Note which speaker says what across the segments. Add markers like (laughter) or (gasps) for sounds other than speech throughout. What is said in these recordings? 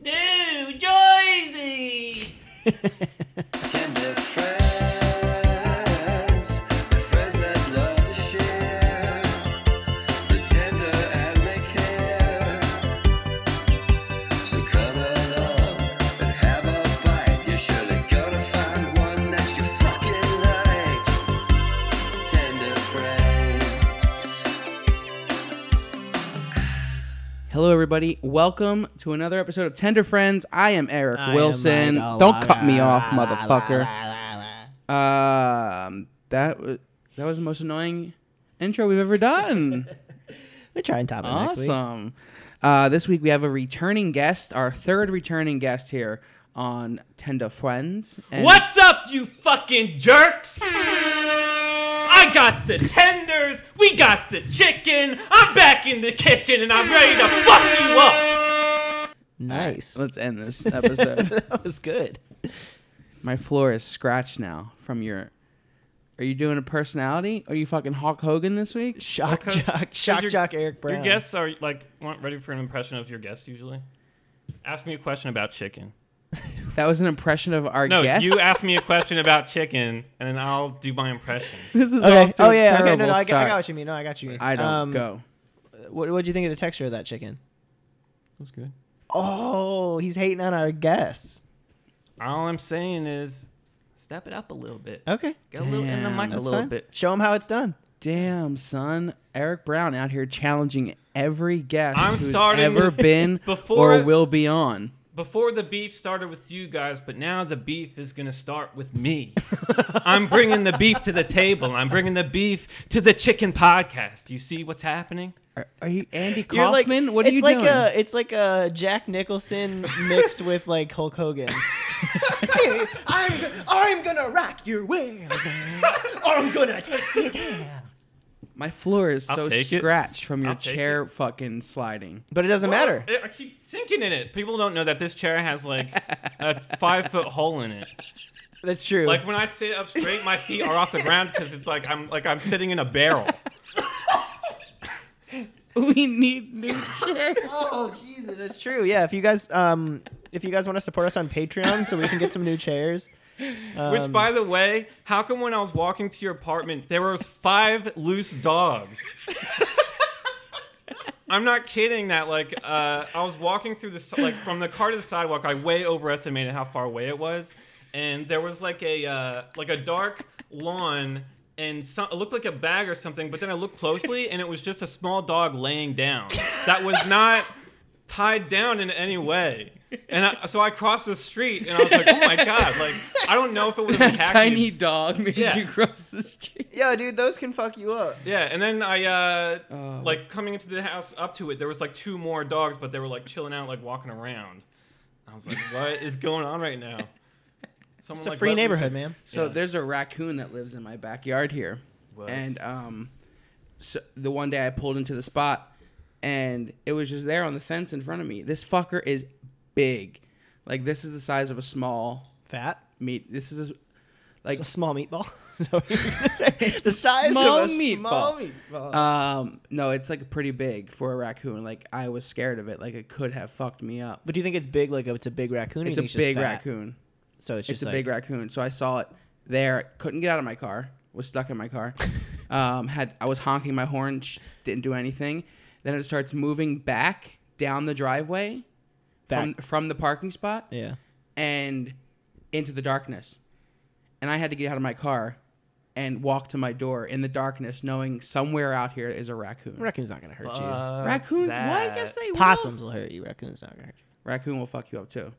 Speaker 1: New Jersey.
Speaker 2: Tender friends, the friends that love to share, the tender and they care. So come along and have a bite. You're surely gonna find one that you fucking like. Tender friends.
Speaker 1: Hello, everybody. Welcome to another episode of Tender Friends. I am Eric
Speaker 3: I am
Speaker 1: Wilson.
Speaker 3: Michael
Speaker 1: Don't cut me off,
Speaker 3: La, la,
Speaker 1: motherfucker.
Speaker 3: la, la, la.
Speaker 1: Um, that was that was the most annoying intro we've ever done.
Speaker 3: (laughs) We're trying top it next week.
Speaker 1: awesome. Uh, this week we have a returning guest, our third returning guest here on Tender Friends. And
Speaker 4: What's up, you fucking jerks? I got the tenders, we got the chicken. I'm back in the kitchen and I'm ready to fuck you up.
Speaker 3: Nice.
Speaker 1: Let's end this episode.
Speaker 3: (laughs) that was good.
Speaker 1: My floor is scratched now from your. Are you doing a personality? Are you fucking Hulk Hogan this week?
Speaker 3: Shock
Speaker 4: Because-
Speaker 3: jock.
Speaker 4: because
Speaker 3: Shock
Speaker 4: your-
Speaker 3: jock Eric Brown.
Speaker 4: Your guests are like aren't ready for an impression of your guests usually. Ask me a question about chicken.
Speaker 1: That was an impression of our
Speaker 4: No,
Speaker 1: guest.
Speaker 4: you ask me a question about chicken and then I'll do my impression.
Speaker 1: (laughs) This is
Speaker 3: Okay.
Speaker 1: off to
Speaker 3: Oh
Speaker 1: a
Speaker 3: yeah. Okay.
Speaker 1: terrible
Speaker 3: No, no. I got, I
Speaker 1: start.
Speaker 3: got what you mean. No, I got you. Mean.
Speaker 1: I don't
Speaker 3: Um,
Speaker 1: go.
Speaker 3: What What do you think of the texture of that chicken?
Speaker 4: That's good.
Speaker 3: Oh, he's hating on our guests.
Speaker 4: All I'm saying is step it up a little bit.
Speaker 3: Okay.
Speaker 4: Get a little in the
Speaker 1: Damn,
Speaker 4: mic a
Speaker 3: That's
Speaker 4: little
Speaker 3: fine.
Speaker 4: bit.
Speaker 3: Show him how it's done.
Speaker 1: Damn, son. Eric Brown out here challenging every guest
Speaker 4: I'm
Speaker 1: who's
Speaker 4: starting (laughs)
Speaker 1: ever been
Speaker 4: before-
Speaker 1: or will be on.
Speaker 4: Before the beef started with you guys, but now the beef is going to start with me. (laughs) I'm bringing the beef to the table. I'm bringing the beef to the chicken podcast. You see what's happening?
Speaker 1: Are, are you Andy
Speaker 3: You're like-
Speaker 1: Kaufman? what are
Speaker 3: it's
Speaker 1: you
Speaker 3: like
Speaker 1: doing? (laughs)
Speaker 3: A, it's like a Jack (laughs) Nicholson mixed with like Hulk Hogan. I'm I'm gonna rock your world. I'm gonna take you down.
Speaker 1: My floor is
Speaker 4: I'll
Speaker 1: so
Speaker 4: take it.
Speaker 1: scratched from your
Speaker 4: I'll take
Speaker 1: chair fucking sliding.
Speaker 3: But it doesn't matter.
Speaker 4: I keep sinking in it. People don't know that this chair has like a five
Speaker 1: (laughs)
Speaker 4: foot hole in it.
Speaker 3: That's true.
Speaker 4: Like when I sit up straight, my feet are off the ground because it's like I'm like I'm sitting in a barrel.
Speaker 1: We need new chairs.
Speaker 3: oh Jesus, that's true. Yeah, if you guys um if you guys want to support us on Patreon so we can get some new chairs. um,
Speaker 4: Which, by the way, how come when I was walking to your apartment there was five loose dogs? I'm not kidding. That like uh, I was walking through the si- like from the car to the sidewalk. I way overestimated how far away it was, and there was like a uh, like a dark lawn. And some, it looked like a bag or something, but then I looked closely, and it was just a small dog laying down. That was not tied down in any way. And I, so I crossed the street and I was like, oh my God. Like, I don't know if it was a taxi.
Speaker 1: (laughs) (laughs) Tiny dog made
Speaker 4: Yeah.
Speaker 1: you cross the street.
Speaker 3: Yo, dude, those can fuck you up.
Speaker 4: Yeah. And then I, uh,
Speaker 1: Oh.
Speaker 4: like, coming into the house up to it, there was like two more dogs, but they were like chilling out, like walking around. I was like, what is going on right
Speaker 3: (laughs)
Speaker 4: now? Someone,
Speaker 3: It's a
Speaker 4: like,
Speaker 3: free
Speaker 4: let loose
Speaker 3: neighborhood,
Speaker 4: a-
Speaker 3: man.
Speaker 1: So
Speaker 4: Yeah.
Speaker 1: there's a raccoon that lives in my backyard here,
Speaker 4: What?
Speaker 1: and um, so the one day I pulled into the spot, and it was just there on the fence in front of me. This fucker is big, like this is the size of a small
Speaker 3: Fat.
Speaker 1: meat. This is a, like
Speaker 3: It's a small meatball. (laughs)
Speaker 1: (laughs)
Speaker 3: Is that what you're gonna say? the size
Speaker 1: small
Speaker 3: of a small
Speaker 1: meatball.
Speaker 3: meatball.
Speaker 1: um no, it's like pretty big for a raccoon. Like I was scared of it. Like it could have fucked me up.
Speaker 3: but do you think it's big? Like it's a big raccoon. or
Speaker 1: It's
Speaker 3: you
Speaker 1: a
Speaker 3: think just
Speaker 1: big
Speaker 3: fat?
Speaker 1: raccoon.
Speaker 3: So it's
Speaker 1: it's
Speaker 3: just
Speaker 1: a
Speaker 3: like,
Speaker 1: big raccoon. So I saw it there. Couldn't get out of my car. Was stuck in my
Speaker 3: (laughs)
Speaker 1: car. um, had I was honking my horn. Sh- didn't do anything. Then it starts moving back down the driveway from
Speaker 3: Back.
Speaker 1: from the parking spot
Speaker 3: Yeah.
Speaker 1: and into the darkness. And I had to get out of my car and walk to my door in the darkness, knowing somewhere out here is a raccoon.
Speaker 3: Raccoon's not gonna hurt
Speaker 1: Uh,
Speaker 4: Fuck
Speaker 1: Raccoons? Well, I
Speaker 4: that.
Speaker 1: guess they
Speaker 3: you.
Speaker 1: will.
Speaker 3: Possums will hurt you. Raccoon's not gonna hurt you.
Speaker 1: Raccoon will fuck you up too.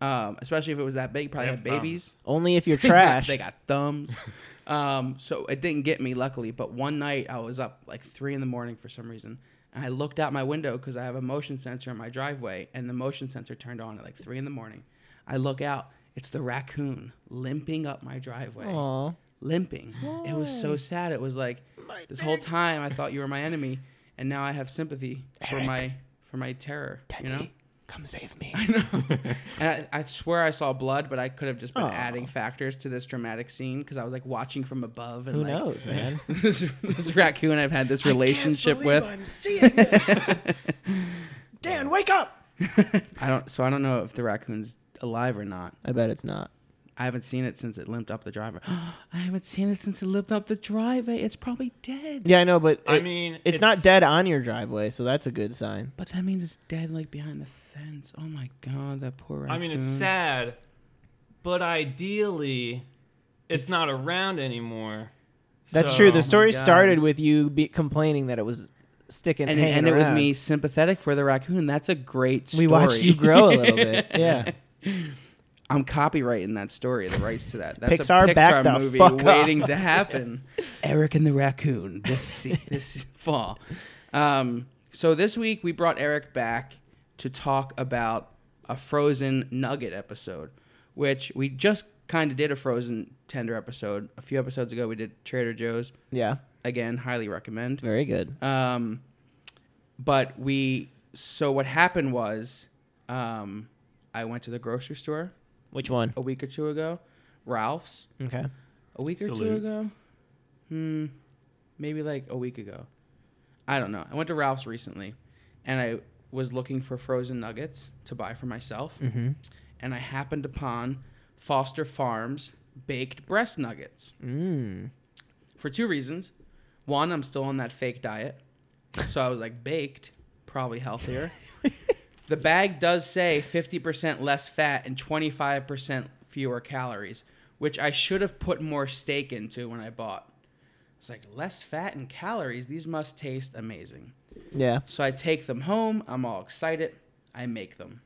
Speaker 1: Um, especially if it was that big, probably
Speaker 4: They
Speaker 1: had
Speaker 4: have thumbs.
Speaker 1: babies.
Speaker 3: Only if you're
Speaker 1: (laughs) They got-
Speaker 3: trash.
Speaker 1: they got thumbs. (laughs) um, so it didn't get me, luckily. But one night I was up like three in the morning for some reason, and I looked out my window because I have a motion sensor in my driveway, and the motion sensor turned on at like three in the morning. I look out. It's the raccoon limping up my driveway,
Speaker 3: Aw.
Speaker 1: limping. It was so sad. It was like this whole time I thought you were my enemy, and now I have sympathy for
Speaker 3: Eric.
Speaker 1: my for my terror. You know.
Speaker 3: Come save me.
Speaker 1: (laughs) I know. and I, I swear I saw blood, but I could have just been
Speaker 3: Aw.
Speaker 1: adding factors to this dramatic scene because I was like watching from above. And
Speaker 3: Who
Speaker 1: like,
Speaker 3: knows, man?
Speaker 1: (laughs) this, this raccoon I've had this relationship with. (laughs)
Speaker 3: I'm seeing this. Dan, wake up.
Speaker 1: I don't. So I don't know if the raccoon's alive or not.
Speaker 3: I bet it's not.
Speaker 1: I haven't seen it since it limped up the driver. (gasps) I haven't seen it since it limped up the driveway. It's probably dead.
Speaker 3: Yeah, I know, but
Speaker 4: I
Speaker 3: it-
Speaker 4: mean,
Speaker 3: it's, not dead on your driveway, so that's a good sign.
Speaker 1: But that means it's dead, like behind the fence. Oh my god, that poor raccoon.
Speaker 4: I mean, it's sad, but ideally, it's, not around anymore.
Speaker 3: That's
Speaker 4: So- oh
Speaker 3: true. The story
Speaker 1: Oh God.
Speaker 3: started with you be complaining that it was sticking
Speaker 1: And,
Speaker 3: hanging
Speaker 1: and it was
Speaker 3: around.
Speaker 1: me sympathetic for the raccoon. That's a great story.
Speaker 3: We watched you
Speaker 1: (laughs)
Speaker 3: grow a little bit. Yeah.
Speaker 1: I'm copyrighting that story, the rights to that. That's a
Speaker 3: Pixar,
Speaker 1: Pixar
Speaker 3: back the
Speaker 1: movie
Speaker 3: fuck off.
Speaker 1: waiting
Speaker 3: (laughs)
Speaker 1: to happen. Eric and the Raccoon this se- this fall. Um, so this week we brought Eric back to talk about a Frozen Nugget episode, which we just kind of did a Frozen Tender episode a few episodes ago. We did Trader Joe's
Speaker 3: Yeah.
Speaker 1: again. Highly recommend.
Speaker 3: Very good.
Speaker 1: Um, but we so what happened was, um, I went to the grocery store
Speaker 3: Which one?
Speaker 1: a week or two ago, Ralph's
Speaker 3: Okay.
Speaker 1: a week or two
Speaker 4: Salute.
Speaker 1: ago, hmm, maybe like a week ago. I don't know. I went to Ralph's recently, and I was looking for frozen nuggets to buy for myself,
Speaker 3: Mm. Mm-hmm.
Speaker 1: and I happened upon Foster Farms baked breast nuggets
Speaker 3: Mm.
Speaker 1: for two reasons. One, I'm still on that fake diet. So I was like, baked, probably healthier. the bag does say 50% less fat and 25% fewer calories, which I should have put more steak into when I bought. It's like, less fat and calories. These must taste amazing.
Speaker 3: (laughs) Yeah.
Speaker 1: So I take them home. I'm all excited. I make them.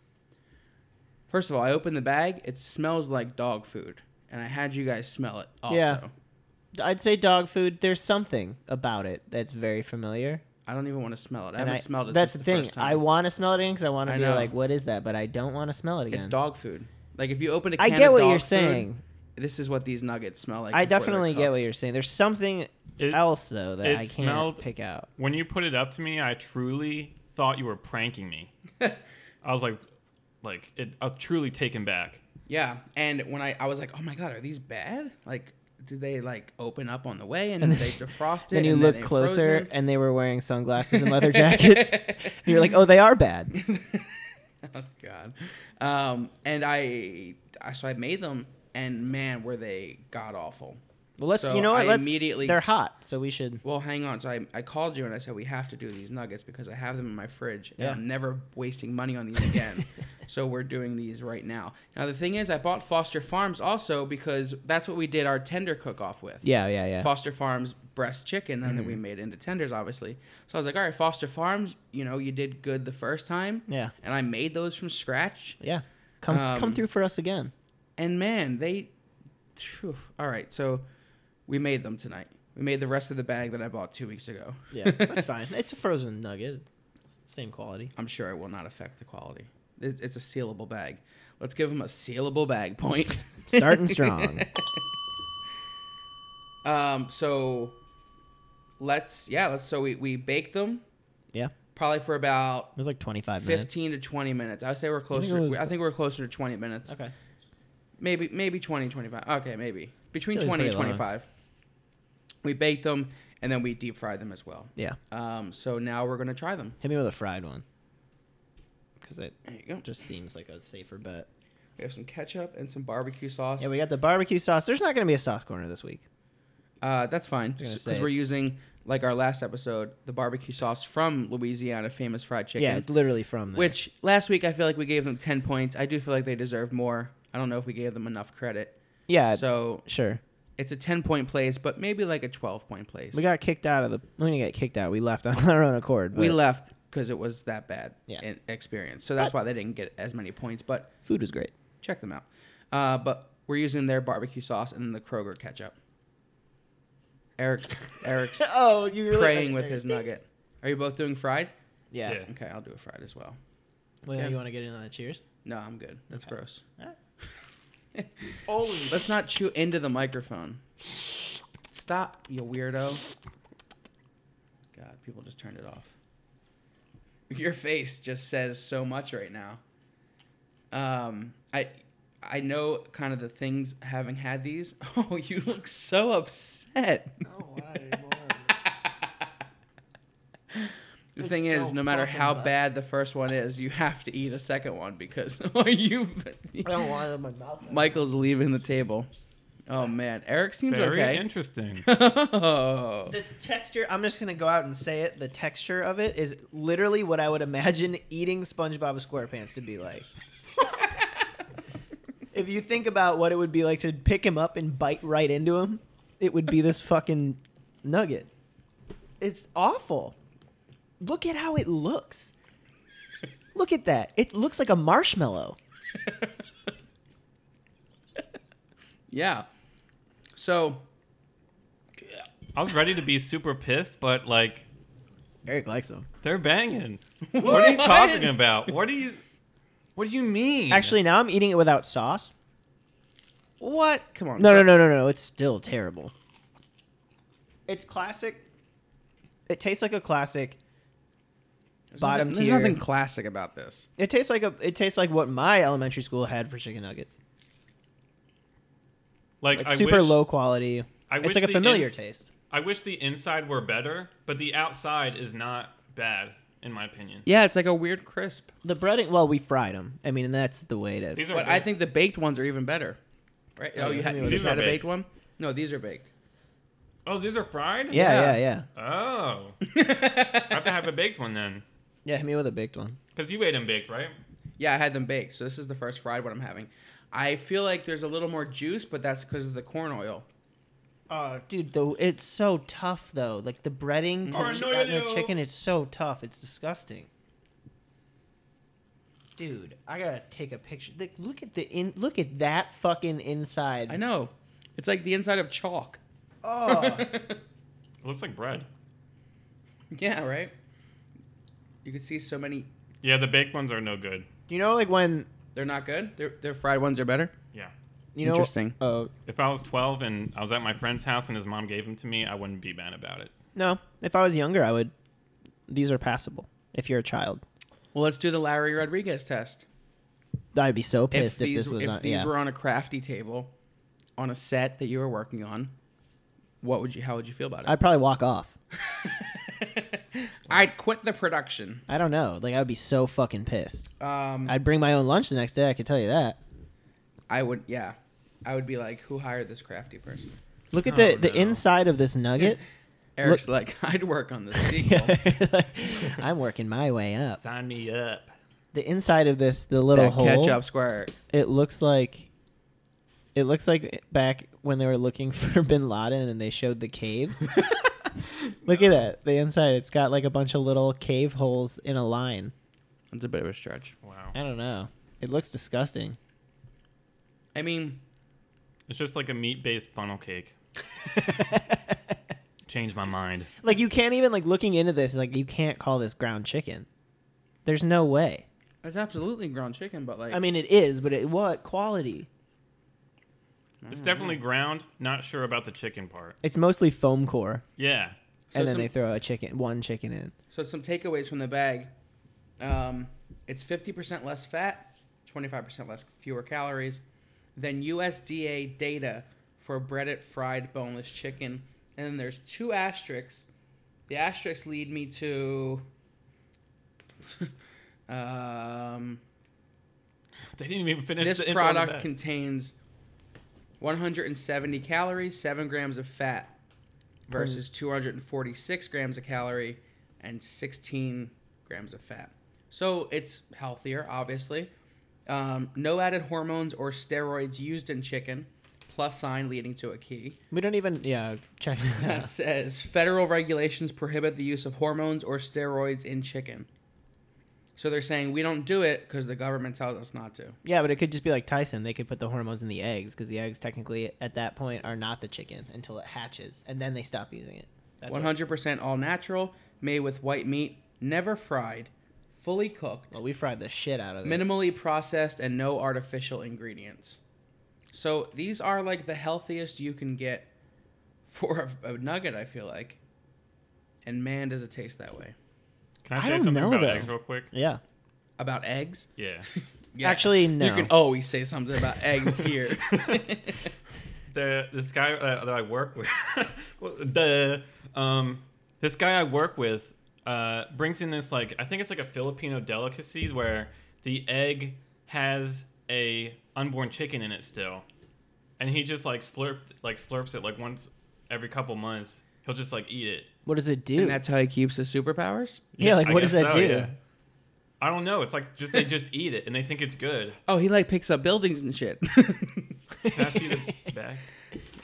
Speaker 1: First of all, I open the bag. It smells like dog food. And I had you guys smell it also.
Speaker 3: Yeah. I'd say dog food. There's something about it that's very familiar.
Speaker 1: I don't even want to smell it. I
Speaker 3: And
Speaker 1: haven't smelled it.
Speaker 3: That's
Speaker 1: since
Speaker 3: the thing.
Speaker 1: First time.
Speaker 3: I want to smell it again because I want to
Speaker 1: I
Speaker 3: be
Speaker 1: know.
Speaker 3: like, "What is that?" But I don't want to smell it
Speaker 1: it's
Speaker 3: again.
Speaker 1: dog food. Like if you open a
Speaker 3: I
Speaker 1: can
Speaker 3: get
Speaker 1: of
Speaker 3: what
Speaker 1: dog
Speaker 3: you're
Speaker 1: food,
Speaker 3: saying.
Speaker 1: This is what these nuggets smell like.
Speaker 3: I
Speaker 1: before they're
Speaker 3: definitely get what
Speaker 1: cooked.
Speaker 3: you're saying. There's something
Speaker 4: It-
Speaker 3: else though that
Speaker 4: it
Speaker 3: I can't
Speaker 4: smelled-
Speaker 3: pick out.
Speaker 4: When you put it up to me, I truly thought you were pranking
Speaker 3: (laughs)
Speaker 4: me. I was like, like it, I was truly taken back.
Speaker 1: Yeah, and when I I was like, oh my god, are these bad? Like, do they like open up on the way and,
Speaker 3: And (laughs)
Speaker 1: then they
Speaker 3: then-
Speaker 1: defrost it?
Speaker 3: Then you
Speaker 1: and
Speaker 3: look
Speaker 1: they
Speaker 3: closer,
Speaker 1: frozen?
Speaker 3: and they were wearing sunglasses and (laughs) leather jackets. and you're like, "Oh, they are (laughs) bad."
Speaker 1: (laughs) oh god. Um, and I, I so I made them, and man, were they god awful.
Speaker 3: Well, let's.
Speaker 1: So
Speaker 3: you know what?
Speaker 1: I
Speaker 3: let's.
Speaker 1: immediately
Speaker 3: They're hot, so we should.
Speaker 1: Well, hang on. So I, I called you and I said we have to do these nuggets because I have them in my fridge and
Speaker 3: Yeah.
Speaker 1: I'm never wasting money on these
Speaker 3: (laughs)
Speaker 1: again. so we're doing these right now. Now the thing is, I bought Foster Farms also because that's what we did our tender cook off with.
Speaker 3: Yeah, yeah, Mm-hmm. yeah.
Speaker 1: Foster Farms breast chicken, and then we made it into tenders, obviously. So I was like, all right, Foster Farms, you know, you did good the first time.
Speaker 3: Yeah.
Speaker 1: And I made those from scratch.
Speaker 3: Yeah. Come
Speaker 1: Um,
Speaker 3: come through for us again.
Speaker 1: And man, they. Phew. All right, so we made them tonight. We made the rest of the bag that I bought two weeks ago. (laughs)
Speaker 3: Yeah, that's fine. (laughs) It's a frozen nugget. Same quality.
Speaker 1: I'm sure it will not affect the quality. It's, it's a sealable bag. Let's give them a sealable bag point.
Speaker 3: (laughs)
Speaker 1: (laughs)
Speaker 3: Starting strong.
Speaker 1: um, so let's yeah, let's so we we baked them
Speaker 3: Yeah.
Speaker 1: probably for about
Speaker 3: It was like 25 minutes.
Speaker 1: 15 to 20 minutes. I would say we're closer. I
Speaker 3: it
Speaker 1: think,
Speaker 3: was-
Speaker 1: we're closer to 20 minutes.
Speaker 3: Okay.
Speaker 1: Maybe maybe 20 25. Okay, maybe between
Speaker 3: It was
Speaker 1: 20 and
Speaker 3: pretty long.
Speaker 1: 25. We baked them and then we deep fried them as well.
Speaker 3: Yeah.
Speaker 1: Um, so now we're gonna try them.
Speaker 3: Hit me with a fried one. Because it
Speaker 1: There you go.
Speaker 3: just seems like a safer bet.
Speaker 1: We have some ketchup and some barbecue sauce.
Speaker 3: Yeah, we got the barbecue sauce. There's not going to be a sauce corner this week.
Speaker 1: Uh, that's fine
Speaker 3: gonna
Speaker 1: because
Speaker 3: say-
Speaker 1: we're using like our last episode the barbecue sauce from Louisiana famous fried chicken.
Speaker 3: Yeah, it's literally from there.
Speaker 1: which last week I feel like we gave them ten points. I do feel like they deserve more. I don't know if we gave them enough credit.
Speaker 3: Yeah,
Speaker 1: So
Speaker 3: sure.
Speaker 1: it's a ten point place, but maybe like a twelve point place.
Speaker 3: We got kicked out of the. We didn't get kicked out. We left on (laughs) our own accord.
Speaker 1: we
Speaker 3: but
Speaker 1: left because it was that bad
Speaker 3: Yeah.
Speaker 1: in- experience. So that's
Speaker 3: But-
Speaker 1: why they didn't get as many points. But
Speaker 3: Food was great.
Speaker 1: check them out. Uh, but we're using their barbecue sauce and the Kroger ketchup. Eric,
Speaker 3: (laughs)
Speaker 1: Eric's
Speaker 3: (laughs) Oh, you really
Speaker 1: praying with his nugget. Are you both doing fried?
Speaker 3: Yeah.
Speaker 4: Yeah.
Speaker 1: Okay, I'll do a fried as well.
Speaker 3: Well,
Speaker 1: Yeah.
Speaker 3: You want to get in on the cheers?
Speaker 1: No, I'm good. That's gross.
Speaker 3: Alright.
Speaker 1: (laughs) Let's not chew into the microphone. Stop, you weirdo. God, people just turned it off. Your face just says so much right now. Um, I I know kind of the things having had these. (laughs) Oh, you look
Speaker 3: (laughs)
Speaker 1: so upset. The thing is,
Speaker 3: so
Speaker 1: no matter
Speaker 3: fucking
Speaker 1: how
Speaker 3: bad.
Speaker 1: bad the first one is, you have to eat a second one because (laughs) or you
Speaker 3: I don't want it in my mouth.
Speaker 1: Michael's leaving the table. Oh man, Eric seems
Speaker 4: Very
Speaker 1: okay.
Speaker 4: interesting.
Speaker 1: oh.
Speaker 3: the texture, I'm just going to go out and say it. The texture of it is literally what I would imagine eating SpongeBob SquarePants to be like. if you think about what it would be like to pick him up and bite right into him, it would be this fucking nugget. It's awful. Look at how it looks. Look at that. It looks like a marshmallow.
Speaker 1: (laughs) Yeah. So
Speaker 4: I was ready to be super pissed, but like
Speaker 3: Eric likes them.
Speaker 4: they're banging. What, are you
Speaker 1: (laughs) What?
Speaker 4: talking about? What do you What do you mean?
Speaker 3: Actually, now I'm eating it without sauce.
Speaker 1: what? Come on.
Speaker 3: No, no, no, no, no. It's still terrible. It's classic. It tastes like a classic.
Speaker 1: There's
Speaker 3: bottom
Speaker 1: nothing-
Speaker 3: tier.
Speaker 1: There's nothing classic about this.
Speaker 3: It tastes like a. It tastes like what my elementary school had for chicken nuggets.
Speaker 4: like,
Speaker 3: Like
Speaker 4: I
Speaker 3: super
Speaker 4: wish,
Speaker 3: low quality.
Speaker 4: I
Speaker 3: it's
Speaker 4: wish
Speaker 3: like a
Speaker 4: the
Speaker 3: familiar
Speaker 4: ins-
Speaker 3: taste.
Speaker 4: I wish the inside were better, but the outside is not bad in my opinion.
Speaker 1: Yeah, it's like a weird crisp.
Speaker 3: The breading. Well, we fried them. I mean, and that's the way to.
Speaker 4: These are
Speaker 1: But
Speaker 4: good.
Speaker 1: I think the baked ones are even better. Right? Oh, you,
Speaker 3: yeah.
Speaker 1: had you
Speaker 3: These
Speaker 1: just
Speaker 4: are
Speaker 1: had a
Speaker 4: baked.
Speaker 1: baked one? No, these are baked.
Speaker 4: Oh, these are fried?
Speaker 3: yeah, yeah, yeah,
Speaker 1: yeah.
Speaker 3: yeah.
Speaker 4: Oh. I have to have a baked one then.
Speaker 3: hit me with a baked one.
Speaker 4: Because you ate them baked, right?
Speaker 1: Yeah, I had them baked. So this is the first fried one I'm having. I feel like there's a little more juice, but that's because of the corn oil. Uh,
Speaker 3: Oh, dude, though it's so tough though. Like the
Speaker 1: Mm-hmm.
Speaker 3: breading to
Speaker 4: Oh,
Speaker 3: chi-
Speaker 4: no, you
Speaker 3: on the
Speaker 4: do.
Speaker 3: chicken, it's so tough. It's disgusting. Dude, I gotta take a picture. Like, look at the in. Look at that fucking inside.
Speaker 1: I know. It's like the inside of chalk.
Speaker 3: Oh, (laughs)
Speaker 1: (laughs)
Speaker 4: It looks like bread.
Speaker 1: Yeah, right? You can see so many.
Speaker 4: Yeah, the baked ones are no good.
Speaker 3: you know, like when
Speaker 1: They're not good. Their, their fried ones are better.
Speaker 4: Yeah.
Speaker 3: you know.
Speaker 1: Interesting.
Speaker 3: Oh
Speaker 4: If I was 12 and I was at my friend's house and his mom gave them to me, I wouldn't be mad about it.
Speaker 3: no! If I was younger, I would. These are passable. If you're a child,
Speaker 1: Well, let's do the Larry Rodriguez test.
Speaker 3: I'd be so
Speaker 1: If
Speaker 3: pissed if,
Speaker 1: these,
Speaker 3: this was
Speaker 1: if
Speaker 3: not.
Speaker 1: these
Speaker 3: Yeah.
Speaker 1: were on a crafty table, on a set that you were working on, what would you? How would you feel about it?
Speaker 3: I'd probably walk off.
Speaker 1: (laughs) I'd quit the production.
Speaker 3: I don't know. Like I would be so fucking pissed.
Speaker 1: Um,
Speaker 3: I'd bring my own lunch the next day. I can tell you that.
Speaker 1: I would, yeah, I would be like, who hired this crafty person?
Speaker 3: Look at
Speaker 4: Oh,
Speaker 3: the the
Speaker 4: no.
Speaker 3: inside of this nugget.
Speaker 1: (laughs) Eric's like, (laughs) I'd work
Speaker 3: (laughs)
Speaker 1: on this sequel.
Speaker 3: I'm working my way up.
Speaker 4: Sign me up.
Speaker 3: The inside of this, the little
Speaker 1: that
Speaker 3: hole,
Speaker 1: ketchup square.
Speaker 3: it looks like it looks like back when they were looking (laughs) for Bin Laden and they showed
Speaker 1: (laughs)
Speaker 3: the caves. Look at that. The inside, it's got like a bunch of little cave holes in a line.
Speaker 1: That's a bit of a stretch.
Speaker 4: Wow.
Speaker 3: I don't know. It
Speaker 1: (laughs)
Speaker 3: looks disgusting.
Speaker 1: I mean,
Speaker 4: It's just like a meat based funnel cake. Change my mind.
Speaker 3: Like you can't even like looking into this, like you can't call this ground chicken. There's no way.
Speaker 1: it's absolutely ground chicken, but like,
Speaker 3: I mean it is, but it what quality?
Speaker 4: It's
Speaker 1: Mm-hmm.
Speaker 4: definitely ground. Not sure about the chicken part.
Speaker 3: It's mostly foam core.
Speaker 4: Yeah. (laughs)
Speaker 1: so
Speaker 3: and then
Speaker 1: some-
Speaker 3: they throw a chicken one chicken in.
Speaker 1: So some takeaways from the bag. Um, it's 50% less fat, 25% less fewer calories than USDA data for breaded fried boneless chicken. And then there's two asterisks. The asterisks lead me to (laughs) um,
Speaker 4: They didn't even finish
Speaker 1: this
Speaker 4: the info on the
Speaker 1: product
Speaker 4: back.
Speaker 1: contains 170 calories, 7 grams of fat versus 246 grams of calorie and 16 grams of fat. So it's healthier, obviously. Um, no added hormones or steroids used in chicken, plus sign leading to a key
Speaker 3: We don't even yeah, check (laughs) that out.
Speaker 1: that says federal regulations prohibit the use of hormones or steroids in chicken. So they're saying we don't do it because the government tells us not to.
Speaker 3: Yeah, but it could just be like Tyson. They could put the hormones in the eggs because the eggs technically at that point are not the chicken until it hatches, and then they stop using it. That's what-
Speaker 1: 100% all natural, made with white meat, never fried, fully cooked,
Speaker 3: well, we fried the shit out of it.
Speaker 1: minimally processed, and no artificial ingredients. So these are like the healthiest you can get for a, a nugget, I feel like. And man, does it taste that way.
Speaker 4: Can I
Speaker 3: I
Speaker 4: say
Speaker 3: don't
Speaker 4: something
Speaker 3: know,
Speaker 4: about
Speaker 3: though.
Speaker 4: eggs real quick?
Speaker 3: yeah,
Speaker 1: About eggs? (laughs)
Speaker 4: Yeah.
Speaker 1: Yeah.
Speaker 3: Actually, no.
Speaker 1: You can always say something
Speaker 3: (laughs)
Speaker 1: about eggs here.
Speaker 4: the this guy (laughs) uh, that I work with, well, the um, this guy I work with, uh, brings in this like I think it's like a Filipino delicacy where the egg has a unborn chicken in it still, and he just like slurped like slurps it like once every couple months. He'll just like eat it.
Speaker 3: What does it do?
Speaker 1: And that's how he keeps his superpowers?
Speaker 3: Yeah, like,
Speaker 4: I
Speaker 3: what does
Speaker 4: guess
Speaker 3: that
Speaker 4: so,
Speaker 3: do?
Speaker 4: yeah. I don't know. It's like just they just eat it and they think it's good.
Speaker 1: Oh, he like picks up buildings and shit. (laughs) there
Speaker 4: Can I see
Speaker 3: (laughs)
Speaker 4: the back?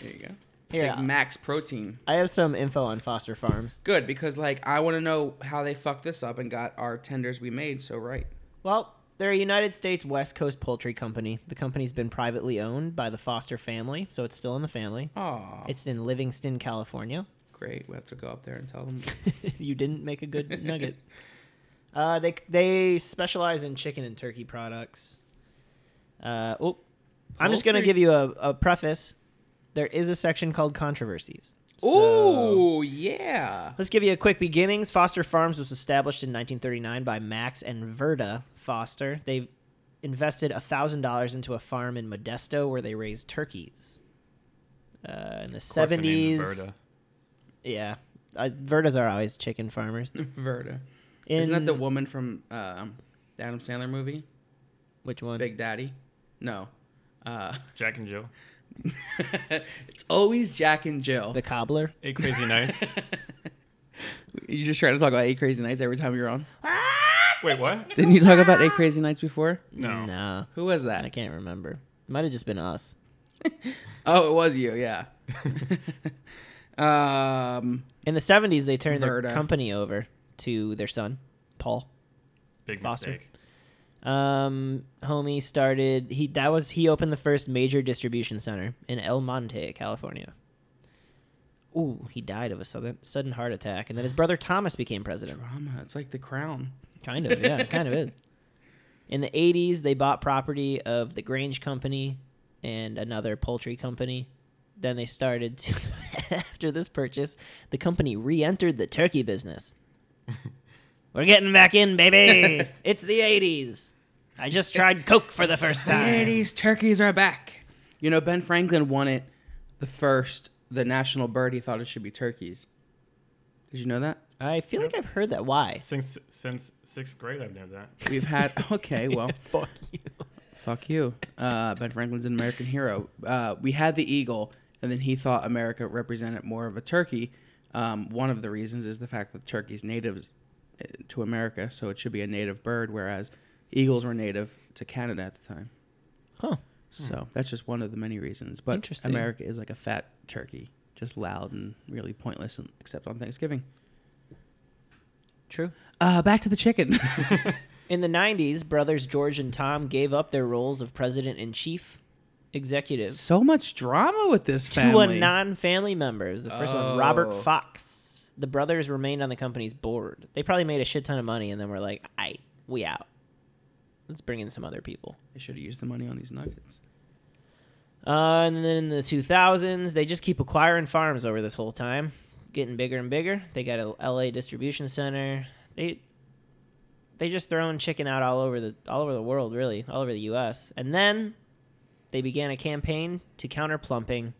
Speaker 1: you go. It's
Speaker 3: Here,
Speaker 1: like max protein.
Speaker 3: I have some info on foster farms.
Speaker 1: Good because like I want to know how they fucked this up and got our tenders we made so right.
Speaker 3: Well, they're a United States West Coast poultry company. The company's been privately owned by the Foster family, so it's still in the family.
Speaker 1: Oh,
Speaker 3: It's in Livingston, California.
Speaker 1: great. We have to go up there and tell them.
Speaker 3: (laughs) you didn't make
Speaker 4: (laughs)
Speaker 3: a good nugget. Uh, they they specialize in chicken and turkey products. Uh, oh, I'm just gonna
Speaker 1: Poultry.
Speaker 3: give you a, a preface. There is a section called controversies. So-
Speaker 1: Ooh, yeah. (laughs)
Speaker 3: Let's give you a quick beginnings. Foster Farms was established in 1939 by Max and Verda Foster. They invested $1,000 into a farm in Modesto where they raised turkeys. Uh, in the
Speaker 4: Of course the name's
Speaker 3: 70s.
Speaker 4: Verda.
Speaker 3: Yeah. Uh, Verdas are always chicken farmers.
Speaker 1: Verda.
Speaker 3: In,
Speaker 1: Isn't that the woman from um, the Adam Sandler movie,
Speaker 3: Which one?
Speaker 1: Big Daddy? No. Uh, (laughs)
Speaker 4: Jack and Jill.
Speaker 1: it's always Jack and Jill. (laughs)
Speaker 3: The cobbler?
Speaker 4: Eight crazy
Speaker 3: (laughs)
Speaker 4: nights.
Speaker 1: You just trying to talk about Eight Crazy Nights every time you're on.
Speaker 4: Wait, what?
Speaker 1: Didn't you talk about Eight Crazy Nights before?
Speaker 4: No.
Speaker 3: No.
Speaker 1: Who was
Speaker 3: I
Speaker 1: that?
Speaker 3: can't remember. Might have just been us.
Speaker 1: Oh, it was you. Yeah. (laughs) um,
Speaker 3: In the 70s, they turned
Speaker 1: Verda.
Speaker 3: their company over to their son, Paul.
Speaker 4: Big
Speaker 3: Foster.
Speaker 4: mistake.
Speaker 3: Um, homie started he that was he opened the first major distribution center in El Monte, California. Ooh, he died of a sudden sudden heart attack, and then his brother Thomas became president.
Speaker 1: drama. It's like The Crown.
Speaker 3: Kind of, yeah, it kind of is. (laughs) In the '80s, they bought property of the Grange Company and another poultry company. Then they started to. (laughs) after this purchase, the company re-entered the turkey (laughs) business. We're getting back in, (laughs) baby. it's the '80s. I just tried Coke for the first
Speaker 1: There
Speaker 3: time.
Speaker 1: these turkeys are back. You know, Ben Franklin won it the first, the national bird. He thought it should be turkeys. Did you know that?
Speaker 3: I feel like I've heard that. Why?
Speaker 4: Since since sixth grade, I've known that.
Speaker 1: We've (laughs) had, okay, well,
Speaker 3: (laughs) Fuck you.
Speaker 1: fuck you. Uh, ben Franklin's an American hero. Uh, we had the eagle, and then he thought America represented more of a turkey. Um, one of the reasons is the fact that turkeys natives uh, to America, so it should be a native bird, whereas eagles were native to Canada at the time.
Speaker 3: Huh.
Speaker 1: So that's just one of the many reasons. But
Speaker 3: Hmm. Interesting.
Speaker 1: America is like a fat turkey, just loud and really pointless, and, except on Thanksgiving.
Speaker 3: True.
Speaker 1: Uh, back to the chicken.
Speaker 3: In the 90s, brothers George and Tom gave up their roles of president and chief executive
Speaker 1: (laughs) so much drama with this
Speaker 3: (laughs) to
Speaker 1: family.
Speaker 3: a non-family member. It was the first one, Robert
Speaker 1: Oh.
Speaker 3: Fox. The brothers remained on the company's board. They probably made a shit ton of money and then were like, "I, we out. Let's bring in some other people."
Speaker 1: they should have used the money on these nuggets.
Speaker 3: Uh, and then in the 2000s, they just keep acquiring farms over this whole time, getting bigger and bigger. They got a LA distribution center. They they just throwing chicken out all over the all over the world, really, all over the U.S. And then they began a campaign to counter plumping,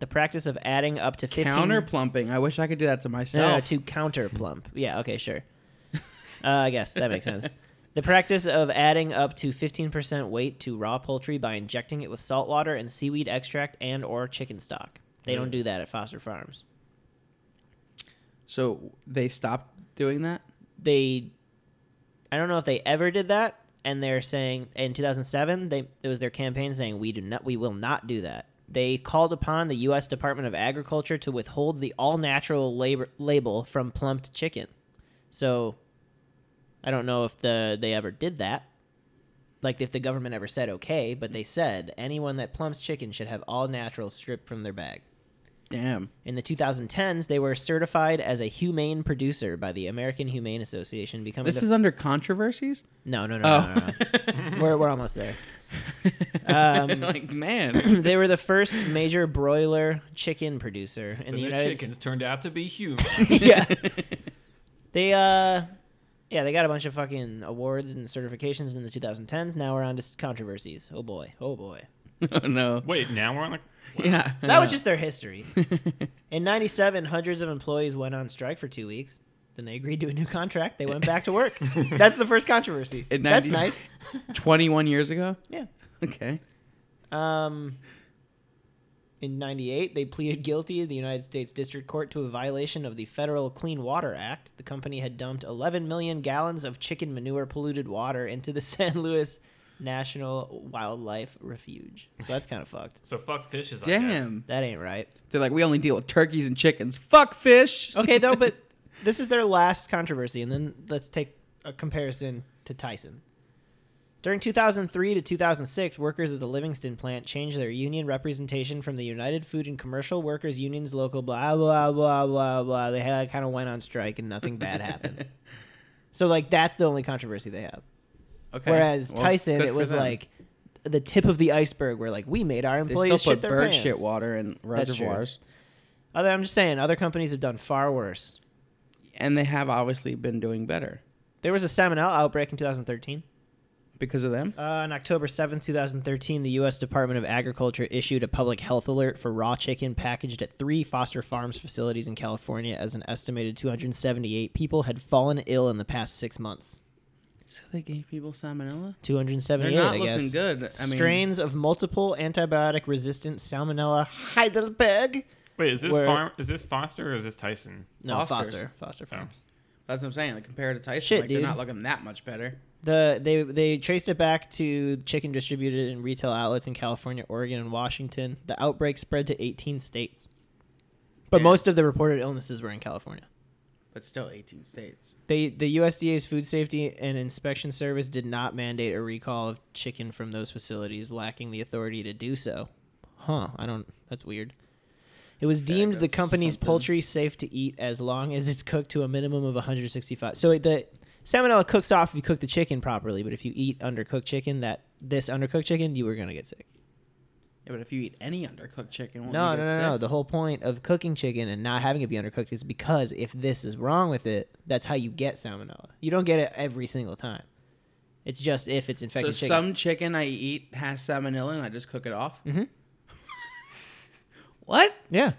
Speaker 3: the practice of adding up to 15
Speaker 1: Counter plumping. I wish I could do that to
Speaker 3: no, no,
Speaker 1: myself.
Speaker 3: Uh, to counter plump. Yeah, okay, sure. Uh, I guess that makes sense. The practice of adding up to 15% weight to raw poultry by injecting it with salt water and seaweed extract and or chicken stock. They don't do that at Foster Farms.
Speaker 1: (laughs) so they stopped doing that.
Speaker 3: They I don't know if they ever did that and they're saying in 2007 they it was their campaign saying we do not we will not do that. They called upon the US Department of Agriculture to withhold the all natural labor, label from plumped chicken. So I don't know if the they ever did that. Like if the government ever said okay, but they said anyone that plumps chicken should have all natural stripped from their bag.
Speaker 1: Damn.
Speaker 3: In the 2010s, they were certified as a humane producer by the American Humane Association, becoming
Speaker 1: This
Speaker 3: the
Speaker 1: is Oh. under controversies. (laughs)
Speaker 3: no, no, no, no, no, no. we're we're almost there. (clears throat)
Speaker 1: (laughs)
Speaker 3: Um,
Speaker 1: like man,
Speaker 3: they were the first major broiler chicken producer in
Speaker 4: And
Speaker 3: the
Speaker 4: the
Speaker 3: United
Speaker 4: chickens turned out to be human.
Speaker 3: States. (laughs) yeah, they uh, yeah, they got a bunch of fucking awards and certifications in the 2010s. Now we're on to s- controversies. Oh boy, oh boy.
Speaker 1: (laughs) oh no.
Speaker 4: (laughs) Wait, now we're on like.
Speaker 1: Yeah. (laughs)
Speaker 3: That was just their history. in '97, hundreds of employees went on strike for two weeks. Then they agreed to a new contract. They went back
Speaker 1: (laughs)
Speaker 3: to work. That's the first controversy.
Speaker 1: In
Speaker 3: That's
Speaker 1: 90s. (laughs)
Speaker 3: nice.
Speaker 1: 21 years ago?
Speaker 3: Yeah.
Speaker 1: Okay.
Speaker 3: Um, in 98, they pleaded guilty in the United States District Court to a violation of the Federal Clean Water Act. The company had dumped 11 million gallons of chicken manure polluted water into the (laughs) San Luis National Wildlife Refuge. So that's kind of fucked.
Speaker 4: So fuck fishes. I guess.
Speaker 1: Damn.
Speaker 3: That ain't right.
Speaker 1: They're like, we only deal with turkeys and chickens. Fuck fish.
Speaker 3: Okay,
Speaker 1: (laughs)
Speaker 3: though, but this is their last controversy, and then let's take a comparison to Tyson. During 2003 to 2006, workers at the Livingston plant changed their union representation from the United Food and Commercial Workers Union's local blah blah blah blah blah. They had, kind of went on strike, and
Speaker 1: (laughs)
Speaker 3: nothing bad happened. So, like, that's the only controversy they have.
Speaker 1: Okay.
Speaker 3: Whereas
Speaker 1: Well,
Speaker 3: Tyson,
Speaker 1: good
Speaker 3: it
Speaker 1: for
Speaker 3: was
Speaker 1: them.
Speaker 3: like the tip of the iceberg, where like we made our
Speaker 1: they
Speaker 3: employees
Speaker 1: still
Speaker 3: shit
Speaker 1: put
Speaker 3: their
Speaker 1: bird
Speaker 3: pants.
Speaker 1: shit water in
Speaker 3: That's true.
Speaker 1: reservoirs,
Speaker 3: Other, I'm just saying, other companies have done far worse.
Speaker 1: and they have obviously been doing better
Speaker 3: There was a salmonella outbreak in 2013.
Speaker 1: because of them.
Speaker 3: Uh, on October seventh, two 2013, the U.S. Department of Agriculture issued a public health alert for raw chicken packaged at three Foster Farms facilities in California as an estimated 278 people had fallen ill in the past six months.
Speaker 1: So they gave people salmonella.
Speaker 3: 278,
Speaker 1: They're not
Speaker 3: I
Speaker 1: looking
Speaker 3: guess.
Speaker 1: good. I mean-
Speaker 3: Strains of multiple antibiotic resistant salmonella Heidelberg.
Speaker 4: Wait, is this
Speaker 3: Where-
Speaker 4: farm? Is this Foster or is this Tyson?
Speaker 3: No,
Speaker 1: Fosters.
Speaker 3: Foster. Foster Farms.
Speaker 1: That's what I'm saying. Like compared to Tyson,
Speaker 3: Shit,
Speaker 1: like
Speaker 3: dude.
Speaker 1: they're not looking that much better.
Speaker 3: The they they traced it back to chicken distributed in retail outlets in California, Oregon, and Washington. The outbreak spread to 18 states. But
Speaker 1: Damn.
Speaker 3: most of the reported illnesses were in California.
Speaker 1: But still, 18 states.
Speaker 3: They, the USDA's Food Safety and Inspection Service did not mandate a recall of chicken from those facilities, lacking the authority to do so. Huh, I don't. That's weird. It was
Speaker 1: Okay,
Speaker 3: deemed the
Speaker 1: that's
Speaker 3: company's
Speaker 1: something.
Speaker 3: poultry safe to eat as long as it's cooked to a minimum of 165. So the salmonella cooks off if you cook the chicken properly, but if you eat undercooked chicken, that this undercooked chicken, you were gonna get sick.
Speaker 1: Yeah, but if you eat any undercooked chicken, won't
Speaker 3: No,
Speaker 1: you
Speaker 3: no,
Speaker 1: get
Speaker 3: no, no.
Speaker 1: sick?
Speaker 3: The whole point of cooking chicken and not having it be undercooked is because if this is wrong with it, that's how you get salmonella. You don't get it every single time. It's just if it's
Speaker 1: So
Speaker 3: infected chicken.
Speaker 1: some chicken I eat has salmonella, and I just cook it off.
Speaker 3: Mhm.
Speaker 1: what?
Speaker 3: Yeah,